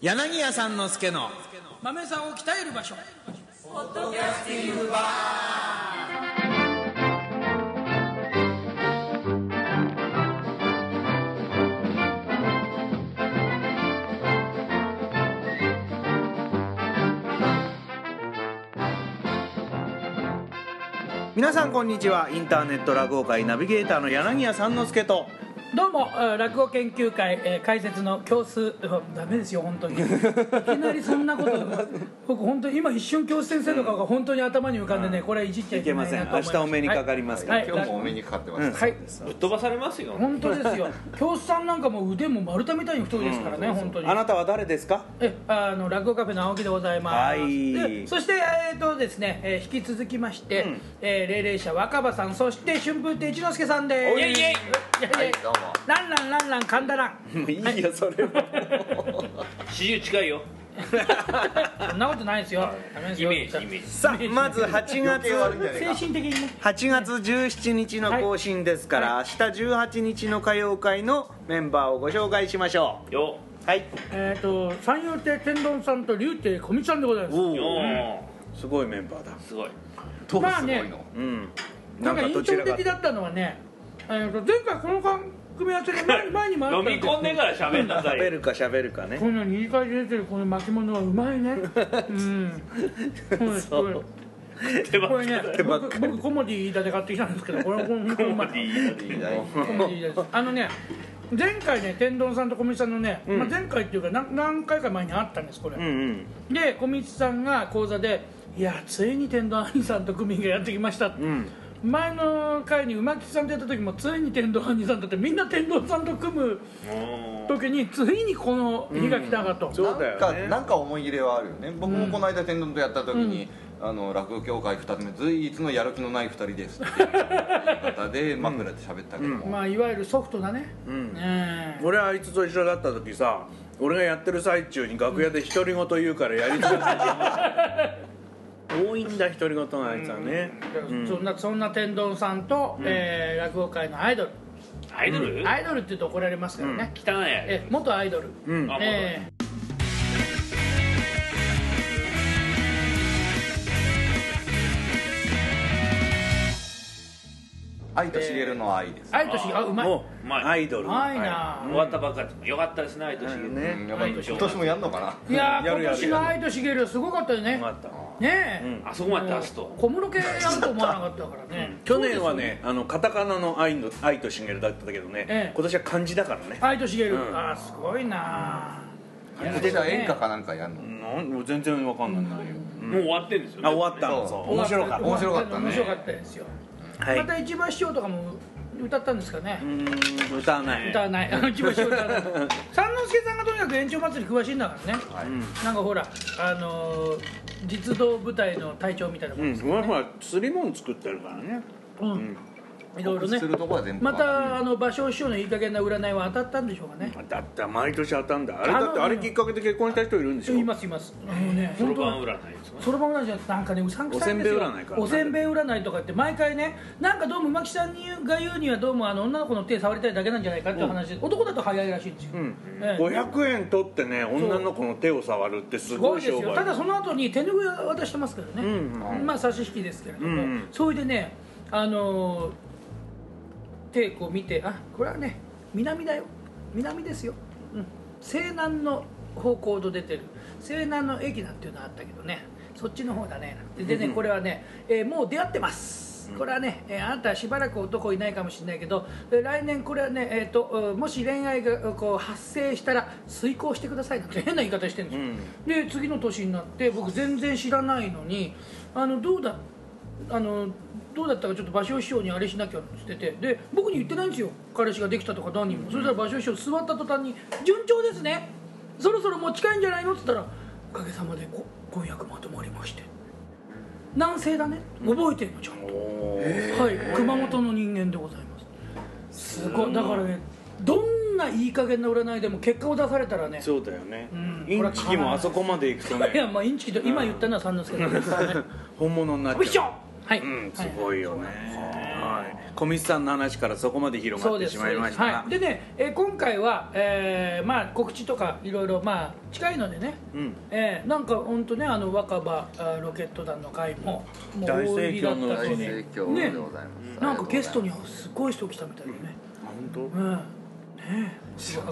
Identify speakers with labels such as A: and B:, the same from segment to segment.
A: 柳家さんの助の
B: 豆さんを鍛える場所
A: 皆さんこんにちはインターネット落語界ナビゲーターの柳家さんの助と
B: どうもえー落語研究会えー解説の教室うわダメですよ本当にいきなりそん なこと僕本当に今一瞬教室先生の顔が本当に頭に浮かんでねこれいじっちゃいけないなと思
A: い
B: い
A: けません明日お目にかかりますから
B: 今日も
C: お目にかかってます、
B: はい
D: ぶっ飛ばされますよ
B: 本当ですよ教室さんなんかもう腕も丸太みたいに太いですからね本当に
A: あなたは誰ですか
B: えあの落語カフェの青木でございます、
A: はい
B: でそして、えーとですねえー引き続きまして、えー、霊霊者若葉さんそして春風亭一之輔さんです
A: おいイエイイエイ
B: イエイイエイ
C: はいどうも
B: ランランランラン神田ラン
A: いいよそれ は
D: 四十近いよ
B: そんなことないですよダメです
D: イ
B: よ
D: メージイメージ
A: さあまず8
C: 余
A: 月
C: 計悪いんじゃない
B: 精
C: か
B: 神的にね
A: 8月17日の更新ですから、明日18日の歌謡会のメンバーをご紹介しましょ
D: よ
A: うはい
B: えっ、と三遊亭天丼さんと竜亭小道さんでございます
A: お
D: よ
A: すごいメンバーだ
D: すごい
C: どう
B: まあ
C: すご
B: ね
C: いの、
A: うん
B: なんか印象的だったのはね、えー、と前回この組み合わせが前前にもあった
D: 飲
B: んです
D: み込んでから喋んなさい
A: 喋
D: よ
A: るか喋るかね
B: この二次会で出てるこの巻物はうまい ね。うん。そうです。これ
D: 手ばっ
B: こ
D: か
B: れ
D: り
B: ね
A: 手、ばっか
B: 僕
A: り
B: 僕コモディだで買ってきたんですけど、これこれ本当にうまい。コ
C: いいね
B: モディです。あのね、前回ね天丼さんと小道さんのね、まあ前回っていうか何何回か前にあったんですこれ。
A: うんうん
B: で小道さんが講座で、いやついに天丼兄さんと組がやってきましたって。
A: うん
B: 前の回に馬吉さんとやった時もついに天童兄さんとってみんな天童さんと組む時についにこの日が来たかと、
A: そうだよね
C: なんかなんか思い入れはあるよね僕もこの間天丼とやった時に、あの落語協会2つ目随一のやる気のない2人ですっていう言い方で枕で喋ったけども、
B: まあ、いわゆるソフトだね、うん、ねえ
A: 俺あいつと一緒だった時さ俺がやってる最中に楽屋で独り言言うからやりづらい多いんだ独り言のあいつはね
B: そんなそんな天丼さんと、えー落語界のアイドル
D: アイドル
B: アイドルって言うと怒られますからね、
D: 汚いアイドル
B: え元アイドル、
A: うん
D: あ
B: え
C: 愛としげるの愛です、
B: ー、アイドルしあうまい
A: も
B: う
D: う
A: う
D: まい
A: アイドルの
B: まいな、
D: 終わったばっかりよかったですね愛としげる
A: ね
C: うんやっぱり
D: 愛としげる
C: 今年もやんのかない
B: やー
A: やるや
B: 今
A: る
B: 年のアイドルしげるすごかったよね
A: よかった
B: ねえ、
D: あそこまで出すと
B: 小室家やると思わなかったからね
A: 去年はねあのカタカナの愛の愛としげるだったけどね、
B: ええ
A: 今年は漢字だからね
B: アイドルしげる、あーすごいなー
C: 今年は演歌かなんかやんの、
A: なん全然わかんないよ、
D: もう終わってんですよね
A: あ終わったの
C: そ
A: そうう面白かった
C: 面白かったね
B: 面白かったですよ、
A: はい
B: また一番師匠とかも歌ったんですかね、
A: うーん歌わない
B: 歌わないあ の一番仕事はない三之助さんがとにかく延長祭り詳しいんだからね、
C: はい
B: なんかほらあのー実動部隊の隊長みたいなも
A: うんん
B: です、
A: ほらほら釣り物作ってるからね
B: うんいろいろね
C: するとこは全部
B: またあの芭蕉師匠のいい加減な占いは当たったんでしょうかね
A: だって毎年当たんだあれだ
B: あの
A: ってあれきっかけで結婚した人いるんでしょ
B: いますいますあのね
D: そろ
B: 本
D: ばん
B: 当
D: 占いですよね
B: そろばん占いじゃなくてなんかねうさんくさいんですよ
A: おせんべい占いから
B: おせんべい占いとかって毎回ねなんかどうも牧さんに言うが言うにはどうもあの女の子の手触りたいだけなんじゃないかっていう話で、男だと早いらしいんですよ、
A: うん
B: ええ
A: 500円取ってね女の子の手を触るってす
B: すご
A: ご
B: い
A: い
B: です
A: 商
B: よただ
A: 売
B: その後に手拭いは渡してますからね、
A: うん
B: まあ差し引きですけれども、
A: うんうん
B: それでねあのー、手こう見てあこれはね南だよ南ですよ、うん、西南の方向と出てる西南の駅なんていうのあったけどねそっちの方だねなんてでねこれはね、えーもう出会ってますこれはね、えーあなたはしばらく男いないかもしれないけどえー来年これはね、えー、とうんもし恋愛がこう発生したら遂行してくださいなんて 変な言い方してるんですよ、で次の年になって僕全然知らないのにあのどうだあのどうだったかちょっと芭蕉師匠にあれしなきゃって言っててで僕に言ってないんですよ彼氏ができたとか何人もそれたら芭蕉師匠座った途端に「順調ですねそろそろもう近いんじゃないの?」っつったら「おかげさまでこ婚約まとまりまして」「南西だね覚えてんのちゃんと」はい熊本の人間でございますすごいだからねどんないい加減な占いでも結果を出されたらね
A: そうだよね
B: ん
A: インチキもあそこまで行くと
B: いや
A: ね
B: まあインチキと今言ったのは三之助さんですけどね
A: 本物になっ
B: おいっし
A: ち
B: ょ
A: ゃ
B: はい、
A: ううんすごいよねはい小道さんの話からそこまで広
B: そ
A: がっ
B: うで
A: て
B: す
A: し
B: そう
A: まいま
B: で
A: し
B: す
A: た
B: は
A: が
B: い、でね、えー今回は、えーまあ、告知とかいろいろまあ近いのでね、
A: うん
B: えーなんか本当ねあの若葉あーロケット団の会ももう
A: 大盛況
B: 大入りだった
A: の
B: し
A: 大
B: ね
A: 盛
E: 況でございます、
B: ねなんかゲストに
E: あ
B: すごい人来たみたいでね、
A: 本当
B: うんねえ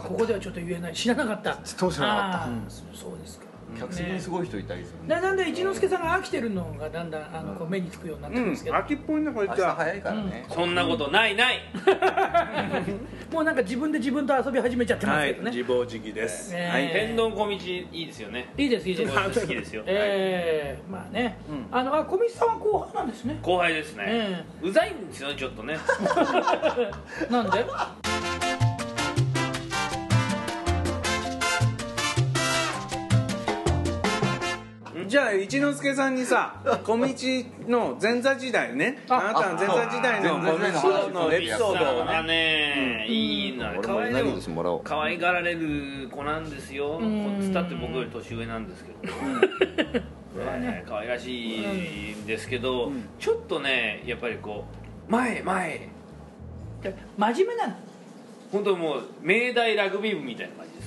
B: ここではちょっと言えない知らなかった
C: ちょっと知らなかった
B: あーそうですか
C: 客席にすごい人いたりするんで
B: だだんだん一之輔さんが飽きてるのがだんだんあのこう目につくようになって
A: うん
B: ますけど、
A: 秋っぽいねこい
C: 明
A: つ
C: 日
A: は
C: 早いからね、
D: そんなことないない
B: もうなんか自分で自分と遊び始めちゃってます
A: は
B: け
A: い
B: どね、
A: 自暴自棄です
B: ね
A: はい
D: 天丼小道いいですよね
B: い、いですいいです
D: 僕好きですよ
B: ええまあね、
A: う
B: あのあ小道さんは後半なんですね
D: 後輩ですね
B: え
D: うざいんですよねちょっとね
B: なん で
A: じゃあ一之輔さんにさ小道の前座時代ね
B: あ
A: あなたの前座時代の
C: あ前座時
A: 小道
C: 代の話
A: のエピソードを
D: が
A: ね
D: ねいいな
C: 俺
D: 可
C: も
D: 愛
C: い
D: い
C: ないことしてもらおう
D: 可愛がられる子なんですよ
B: ん
D: こっちだって僕より年上なんですけ どね可愛らしいんですけど、
A: ん
D: ちょっとねやっぱりこう前前
B: 真面目なの
D: 本当もう明大ラグビー部みたいな感じ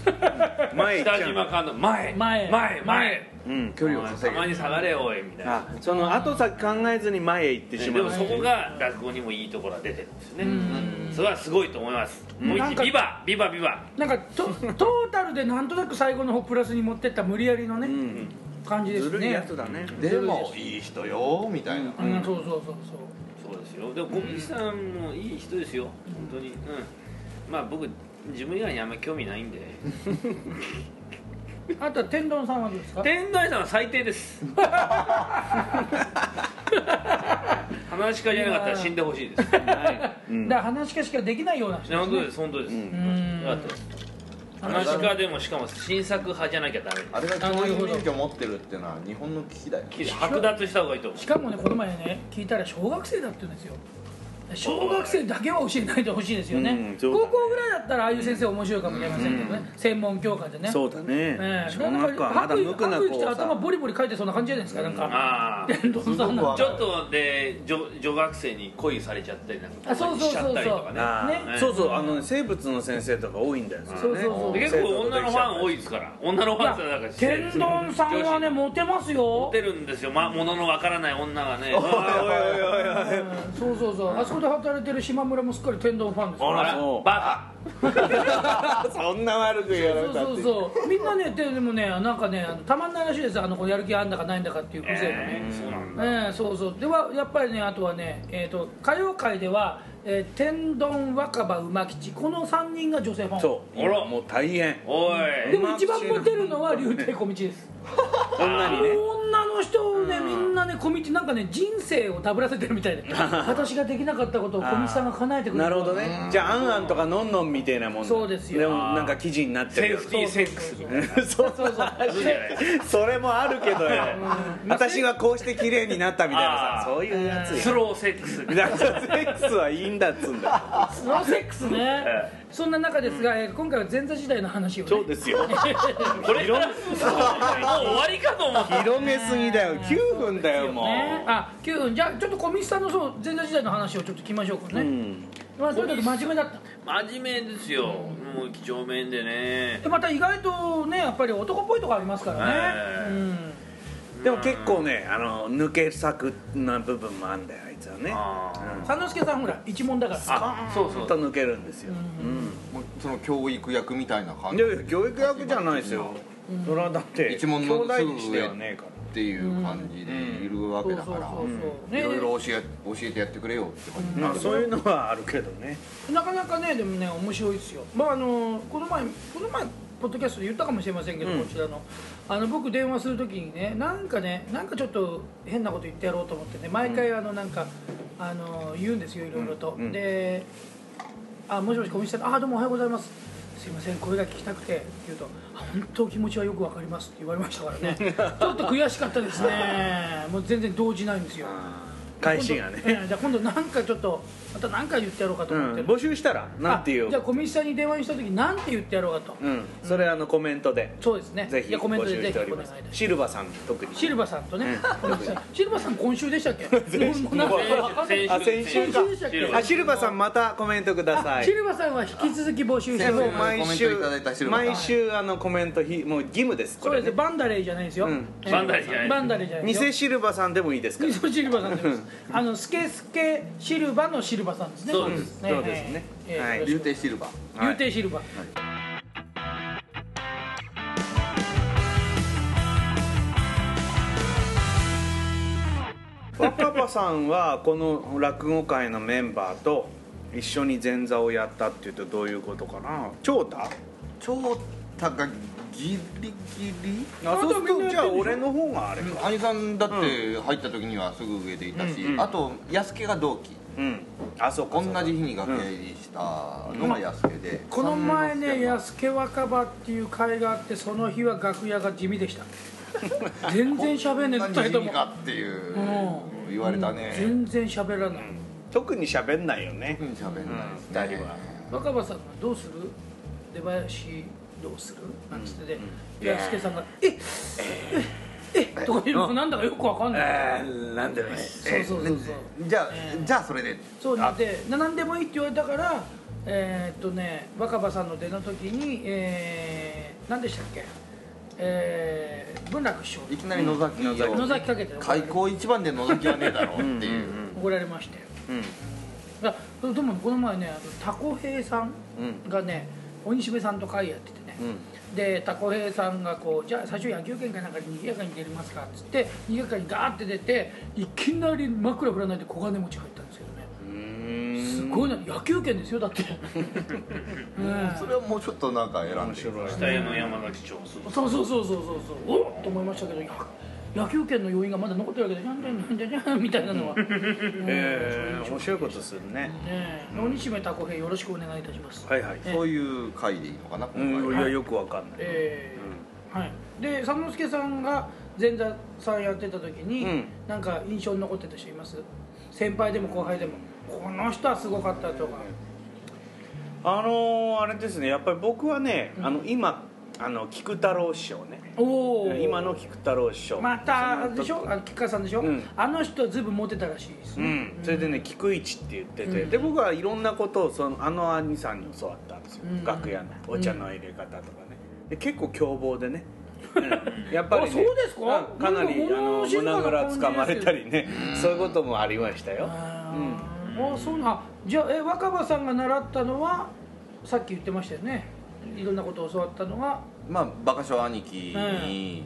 D: です
A: 前行っ
D: 北
A: ちゃう
D: 島監督前
B: 前
D: 前前
A: うん
C: 距離を
D: た
C: 稼ぐ
D: まに下がれおいみたいな
A: あその後先考えずに前へ行ってし
D: で
A: ま
D: も
A: う
D: そこが落語にもいいところが出てるんですよね
B: ん
D: それはすごいと思います
B: ん
D: もう
B: なん
D: 一
B: か
D: ビバビバビバ
B: なんかとトータルでなんとなく最後の方プラスに持ってった無理やりのね、
A: うん
B: 感じで
A: ず
B: す
A: るいや
B: ね
A: つだね
C: でもいい人よみたいな、
B: うん、そうそうそう
D: そうですよでも小道さんもいい人ですよ本当にうんまあ僕自分以外にあんまり興味ないんで
B: そうあとは天丼さんはどうですか
D: 天台さんは最低です話し家じゃなかったら死んでほしいです
A: うん
B: だから話しかしかできないような人
D: 本当です本当です、
B: ん
D: よかったです話し家でもしかも新作派じゃなきゃダメ
C: あれが教員免許持ってるってのは日本の危機だよ
D: です剥奪した方がいいと思う
B: しかもねこの前ね聞いたら小学生だって言うんですよ小学生だけは教えないでほしいですよね,、
A: うんそうだね
B: 高校ぐらいだったらああいう先生面白いかもしれませんけどね、専門教科でね
A: そうだね
B: ええ
A: 小学校はまだ無垢な
B: 白衣着
A: 子
B: て
A: を
B: 頭
A: さ
B: ボリボリ書いてそんな感じじゃないですか、なんか
D: ああ
B: 天丼さんなんか
D: ちょっとで女女学生に恋されちゃったりなんか
B: あそうそう
D: し
B: そう
D: ち
B: そう
D: ゃったりとかね
A: あー
D: ね
A: そうそうあのね生物の先生とか多いんだよそれね
B: そうそうそう
D: で結構女のファン多いですから女のファンってなんか失礼で
B: 天
D: す
B: 丼さんはねモテますよ
D: モテるんですよ、ま、もののわからない女 がね
B: うんそうそうそうあそこで働いてる島村もすっかり天丼ファンですよ
D: ほ
A: あ
D: ら
A: そう
D: バ
A: そんな悪くやられ
B: そう
A: た
B: そうそうみんなねででもねなんかねあのたまんないらしいですあのこうやる気あんだかないんだかっていう
D: カ
B: 風情がね、
D: えーそうなんだ
B: ええそうそうではやっぱりねあとはね、えー、と歌謡界では、えー天丼若葉馬吉この3人が女性ファン
A: そう
D: あら
A: もう大変
D: おい
B: でも一番モテるのは竜亭小道です
A: 女にね
B: 女の人をねみんなね小道なんかね人生をダブらせてるみたいで私ができなかったことを小道さんが叶えてくれ
A: なるほどねじゃあアンアンとかノンノンみたいなもんだ
B: そうですよ
A: でもなんか記事になって
D: セ
A: る
D: ー
A: よ
D: フティーセックスみたいな
A: そう
B: そうそう
D: あるじゃないです
A: それもあるけどよ私はこうして綺麗になったみたいなさ
D: あー
A: そういうや
D: か
A: つ
D: ス
A: よ
D: ローセックスみたいな
A: ラジオセックスはいいんだっつうんだ
B: スローセックスねそんな中ですが、えー今回は前座時代の話を、ね、
A: そうですよ
D: これからもう終わりかと思った
A: 広げすぎだよ9分だよもう
B: ね、あ9分じゃあちょっと小道さんのそう前座時代の話をちょっと聞きましょうかね、
A: うん
B: まあ、とにかく真面目だった
D: 真面目ですよもう几帳面でね
B: でまた意外とねやっぱり男っぽいとこありますからね、
D: ええ
B: うん、
A: でも結構ねあの抜け作な部分もあんだよあいつはね
D: あ
B: 三之助さんほら一問だから
D: ーあそう
A: ち
D: そ
A: ょっ
D: う
A: と抜けるんですよ、
C: もうその教育役みたいな
A: う
C: 感
A: ん、い
C: じ
A: やいや教育役じゃないですよ、それはだって
C: 一問
A: 兄
C: の
A: 弟
C: すぐ
A: にしてはねえから
C: っていう感じでいるわ
B: そ
C: け
B: うそ
C: だ
B: うそ
C: から
B: うそう
C: い
B: ね
C: ろいろ教え教えてやってくれよって感じ
A: まあそういうのはあるけどね
B: なかなかねでもね面白いですよまああのこの前この前ポッドキャストで言ったかもしれませんけど、
A: うん
B: こちらのあの僕電話するときにねなんかねなんかちょっと変なこと言ってやろうと思ってね毎回あのなんか、あの言うんですよいろいろと、
A: うんうん
B: であもしもし小西さんあどうもおはようございますすいませんこれが聞きたくてって言うとあ本当気持ちはよくわかります って言われましたからねちょっと悔しかったですねもう全然動じないんですよ
A: 返しがね
B: 今度うんじゃあ今度なんかちょっとまた何か言ってやろうかと
A: う
B: 思っ
A: ん
B: てる、
A: 募集したらなんていう
B: あじゃあ小道さんに電話にした時なんて言ってやろうかと、
A: うんそれあのコメントで
B: そうですね
A: ぜひ
B: じゃあコメン
A: 募
B: トで
A: 集
B: ぜ
A: し
B: ひ
A: て
B: お
A: お
B: 願い
A: り
B: い
A: ま
B: たし
A: す
B: ます
A: シルバさん特に
B: シルバさんとね、
A: うん
B: シルバさん今週でしたっけ？ もうなんかわかんない
A: あ先週か
B: 先週でしたっけ
A: あシルバさんまたコメントくださ
B: あ
A: い
B: シルバさんは引き続き募集し
A: で
B: てお
A: も
B: り
A: う
B: ます。
A: 毎
C: コメン
A: 週
C: トいただいたシルバさん
A: 毎週あのコメントひもう義務ですこ
B: そう
A: れ
B: です
A: ね
B: バンダレーじゃないですよ。
A: うん
B: えー
D: バンダレーじゃない
B: バンダレーじゃないですよ
A: 偽。シルバさんでもいいですから
B: 偽シルバさんです。あのスケスケシルバのシルバさんですね。
D: そうです
A: そうですね
B: えー
A: はい
B: よろし
C: 竜
B: く
C: 亭シルバー
A: はい
B: 竜亭シルバ。
A: 若葉さんはこの落語界のメンバーと一緒に前座をやったっていうとどういうことかな長太
C: 超高ギリギリ
A: あそうするとじゃあ俺の方があれか
C: 兄さんだって入った時にはすぐ上でいたし、
A: うんうん
C: あと安家が同期
A: うんあそうか
C: 同
A: そうか
C: じ日に楽屋入りしたのが安家で、
B: この前ね安家若葉っていう会があってその日は楽屋が地味でした。 全然喋んねえ
C: こん
B: 二
C: な
B: 人
C: に
B: と
C: 地味
B: も。
C: かっていう
B: うん
C: 言われたね
B: 全然喋らない。
A: 特に喋んないよね
C: うん喋んないです
A: うん二
C: ね
A: 人は
B: 若葉さんが「どうする出囃子どうする?」なんつってで、
A: ん
B: 安家さんが「えっえっえっとかいうのなんだかよくわかんない、
A: ーなんでもない
B: そうそうそうそう
C: じゃあ、じゃあそれで
B: そうなんで「何でもいい」って言われたからえーっとね若葉さんの出の時に、えー、何でしたっけえー、文楽師匠
C: いきなり野崎を
B: 野崎かけて
C: 開口一番で野崎はねえだろうっていう
B: 怒られまして
A: うん
B: あでもこの前ねタコ兵さん
A: う
B: がね、鬼しべさんと会やっててね、でタコ兵さんがこう「じゃあ最初野球拳かなんかに賑やかに出れますか」っつって賑やかにガーって出ていきなり枕振らないで小金持ち入ったんですけどね
A: うん
B: すごいな野球拳ですよだって、うん
C: それはもうちょっとなんか選んで
D: 北山の山崎町そう
B: そうそうそうそうそうそうおっと思いましたけどや野球拳の要因がまだ残ってるわけで「じゃんじゃんじゃんじゃんじゃん」みたいなのは
A: えー面白いことするね
B: ねえ鬼しべタコ兵よろしくお願いいたします、
A: はいはい
C: そういう回でいいのかな
A: う
C: 今
A: んい
C: 回
A: や
C: は
A: よくわかんない
B: えーはい、で三之助さんが前座さんやってた時に、
A: うん
B: なんか印象に残ってた人います先輩でも後輩でもこの人はすごかったとか、
A: あのーあれですねやっぱり僕はねあの今あの菊太郎師匠ね
B: おお
A: 今の菊太郎師匠
B: またあれでしょあ菊川さんでしょ、
A: うん
B: あの人はずいぶんモテたらしいです
A: う
B: ね、
A: ん、それでね菊一って言ってて、
B: うん
A: で僕はいろんなことをそのあの兄さんに教わったんですよ、
B: うん
A: 楽屋のお茶の入れ方とかねで結構凶暴でね、うん やっぱり、ね、
B: あそうですか
A: うんかなり
B: なんか
A: あの
B: 物静かな
A: 胸ぐら
B: 感じ
A: つかまれたりね そういうこともありましたよ
B: あー、あそうなあじゃあえ若葉さんが習ったのはさっき言ってましたよねいろんなことを教わったのは
C: まあバカショ兄貴に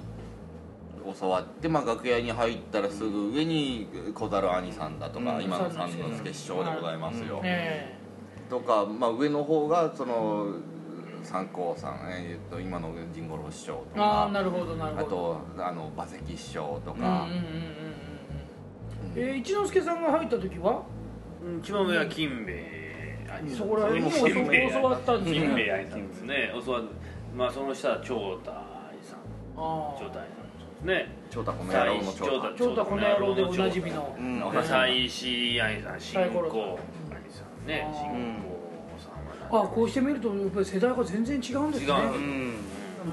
C: 教わって、まあ、楽屋に入ったらすぐ上に小猿兄さんだとか、
A: うん
C: 今の三之助師匠でございますよ、
B: え
C: とか、まあ、上の方がその三光さん、えー、と今の神五郎師匠
B: え
C: と
B: ああ
C: か
B: なるほどなる
C: あ
B: ほど
C: とあの馬関師匠と
B: うんうんうんうん
C: か、
B: うんうんえー一之輔さんが入った時は
D: うん一番上は金兵衛兄さん
B: そこら辺も
D: 金兵衛
B: 教わったんですね
D: 金兵衛兄さんですね教わっまあその下は長太さん
B: あ
D: 長
B: あ
D: 太さんね
C: 長太この野郎の長太
B: 長太この野郎でおなじみの
A: うん
D: まあ最新兄さん新
B: サイコ
D: 興
B: ロ
D: 兄さんね
B: あー
D: 新興さんは
B: あこうしてみるとやっぱり世代が全然違うんですね
D: 違う
A: うん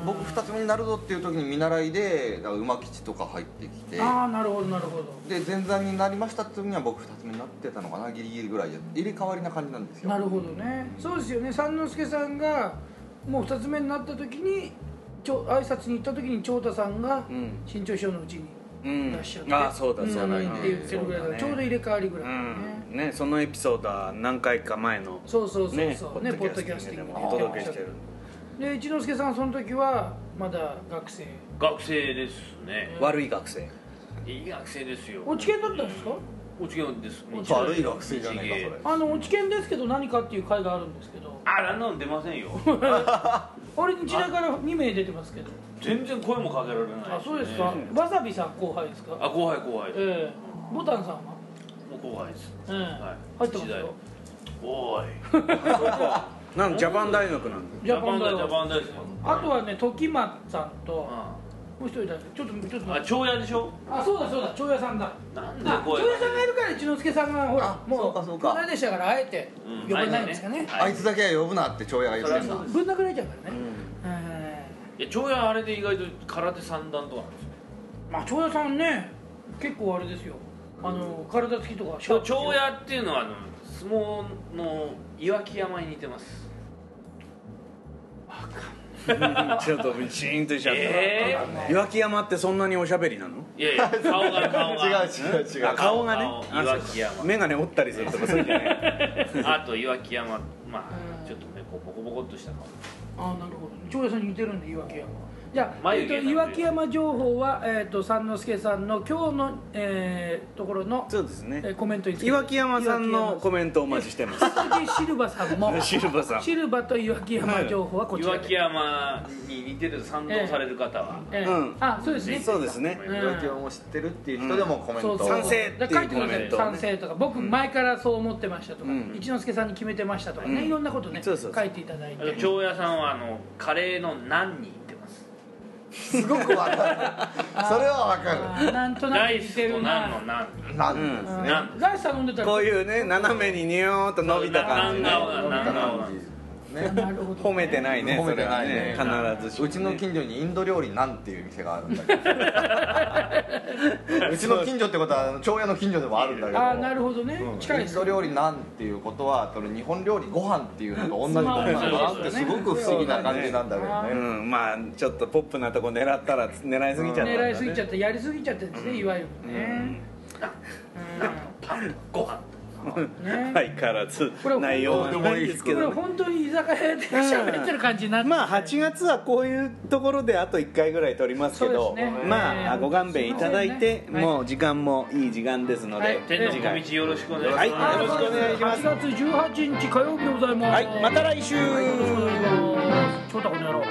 C: 僕二つ目になるぞっていう時に見習いでだから馬吉とか入ってきて
B: ああなるほどなるほど
C: で前座になりましたって時には僕二つ目になってたのかなギリギリぐらいで入れ替わりな感じなんですよ
B: なるほどねそうですよね三之助さんがもう二つ目になった時にちょ挨拶に行った時に長太さんが
A: うん
B: 新潮師匠のうちに
A: うん
B: いらっしゃって、
A: あそうだそうだ、
B: んって言ってるぐらいだからちょうど入れ替わりぐらいだね、
A: うんねそのエピソードは何回か前の
B: そうそうそうそうね
A: ポッドキャスティングでもお届けしてる
B: で一之輔さんはその時はまだ学生
D: 学生ですね
A: 悪い学生
D: いい学生ですよ
B: 落研だったんですか
D: お知見です
C: 悪い学生じゃないかそれ
B: あの落研ですけど何かっていう会があるんですけど
D: あらなん出ませ んよ
B: あれ日大から2名出てますけど
D: 全然声もかけられない
B: あそうですか、わさびさん後輩ですか
D: あ後輩後輩
B: え
D: も
B: えボタンさんは
D: う後輩です
B: ええ
D: は
B: 入
D: い
B: ってますよ
D: おーい
A: なんかジャパン大学なんだ
B: ジャパン大
D: ジャ
B: 学
D: パン大好き
B: あとはね時松さんと
D: あ
B: う一人だちょっとちょっと
D: あ長屋でしょ
B: あそうだそうだ長屋さんだ
D: なんで
B: あ長
D: 声
B: 屋さんがいるから一之輔さんがほら
C: あ
B: も
C: そうかそうか
B: この間でしたからあえて
D: うん
B: 呼ばないんですかね
C: あいつだけは呼ぶなって長屋が言ってんだ
D: そりゃそう
B: ぶん殴られちゃうからね
A: う
B: え
D: いや長屋あれで意外と空手三段とかなんですよ
B: ーまあ長屋さんね結構あれですよあの体つきとか
D: ちょ長屋っていうのはあの相撲の岩木山に似てます
A: んちょっとシーンとしちゃった、
D: え
A: 岩木山ってそんなにおしゃべりなの
D: いや いや顔が顔
C: 違
D: が
C: う違う違う
A: あ顔がね
D: 顔岩木山
A: 眼鏡折ったりするとかそういうんじゃない
D: あと岩木山ま
B: うん
D: あちょっとねこうボコボコっとした顔
B: あなるほど長屋さんに似てるんで岩木山じゃあ、え
D: 眉
B: っ
D: 毛
B: と、岩木山情報は、えっと三之助さんの今日の、えー、ところの、
A: そうです
B: えー
A: ね
B: コメントにつけて
A: 岩木山さんのコメントお待ちしてます
B: 岩木山そしてシルバさんも
A: シルバさん
B: シルバと岩木山情報はこちら
D: 岩
B: で
D: 木山に似てると賛同される方は
B: ええ
A: うん
B: あそうですね
A: そうですね
B: うん
C: 岩木を知ってるっていう人でもコメント
B: そう
C: を
B: そう
A: 賛成っていう
B: だから書いてくださ
A: コメ
B: い
A: ントをね
B: 賛成とか僕前からそう思ってましたとか、
A: うん
B: 一之輔さんに決めてましたとかね、
A: うん
B: いろんなことね
A: そうそうそう
B: 書いていただい
D: あと
B: て
D: 長屋さんはあのカレーの「何」に似てます
C: すごくわかるそれはわ
B: あ
C: か
B: ーなんとな
D: ラ
B: く
D: イ
B: 似
D: ス
B: て
D: と
B: る
D: 「何」の
B: な
D: 「何」に
C: るなんですね
D: なん
B: うんライス頼んでたら
A: こういうね斜めにニューっと伸びた感じね
D: そうなん
C: なんか
D: な
C: なんん
D: か
B: な
C: ね
B: るほど、
A: 褒めてないね
C: 褒めてないね
A: それはね必ずしも
C: うちの近所にインド料理なんていう店があるんだけどうちの近所ってことは長屋の近所でもあるんだけど
B: ああなるほどね、近い
C: イ
B: で
C: ン
B: す
C: ド料理なんていうことはその日本料理ご飯っていうのと同じことなんだなってすごく不思議な感じなんだけど
A: う
C: ね
A: んまあちょっとポップなとこ狙ったら狙いすぎちゃったんだね
B: 狙いすぎちゃってやりすぎちゃってですね、いわゆるね、
D: パンご飯
B: うんね
A: 相変わらず
B: これ
A: 内容はないです
B: こ
A: け
B: れ
A: どね
B: 本当に居酒屋で喋ってる感じになって、
A: まあ8月はこういうところであと1回ぐらい撮りますけ
B: そ
A: ど、
B: うですね
A: まあ
B: えー
A: ご勘弁いただいて、
B: すいませんね
A: もう時間もいい時間ですので、
B: はい
D: 天の小道よろしくお願いします、
A: はい
B: あー
A: よろしくお願いします
B: 8月18日火曜日でございます
A: はいまた来週、
B: よろしくお願いします翔太この野郎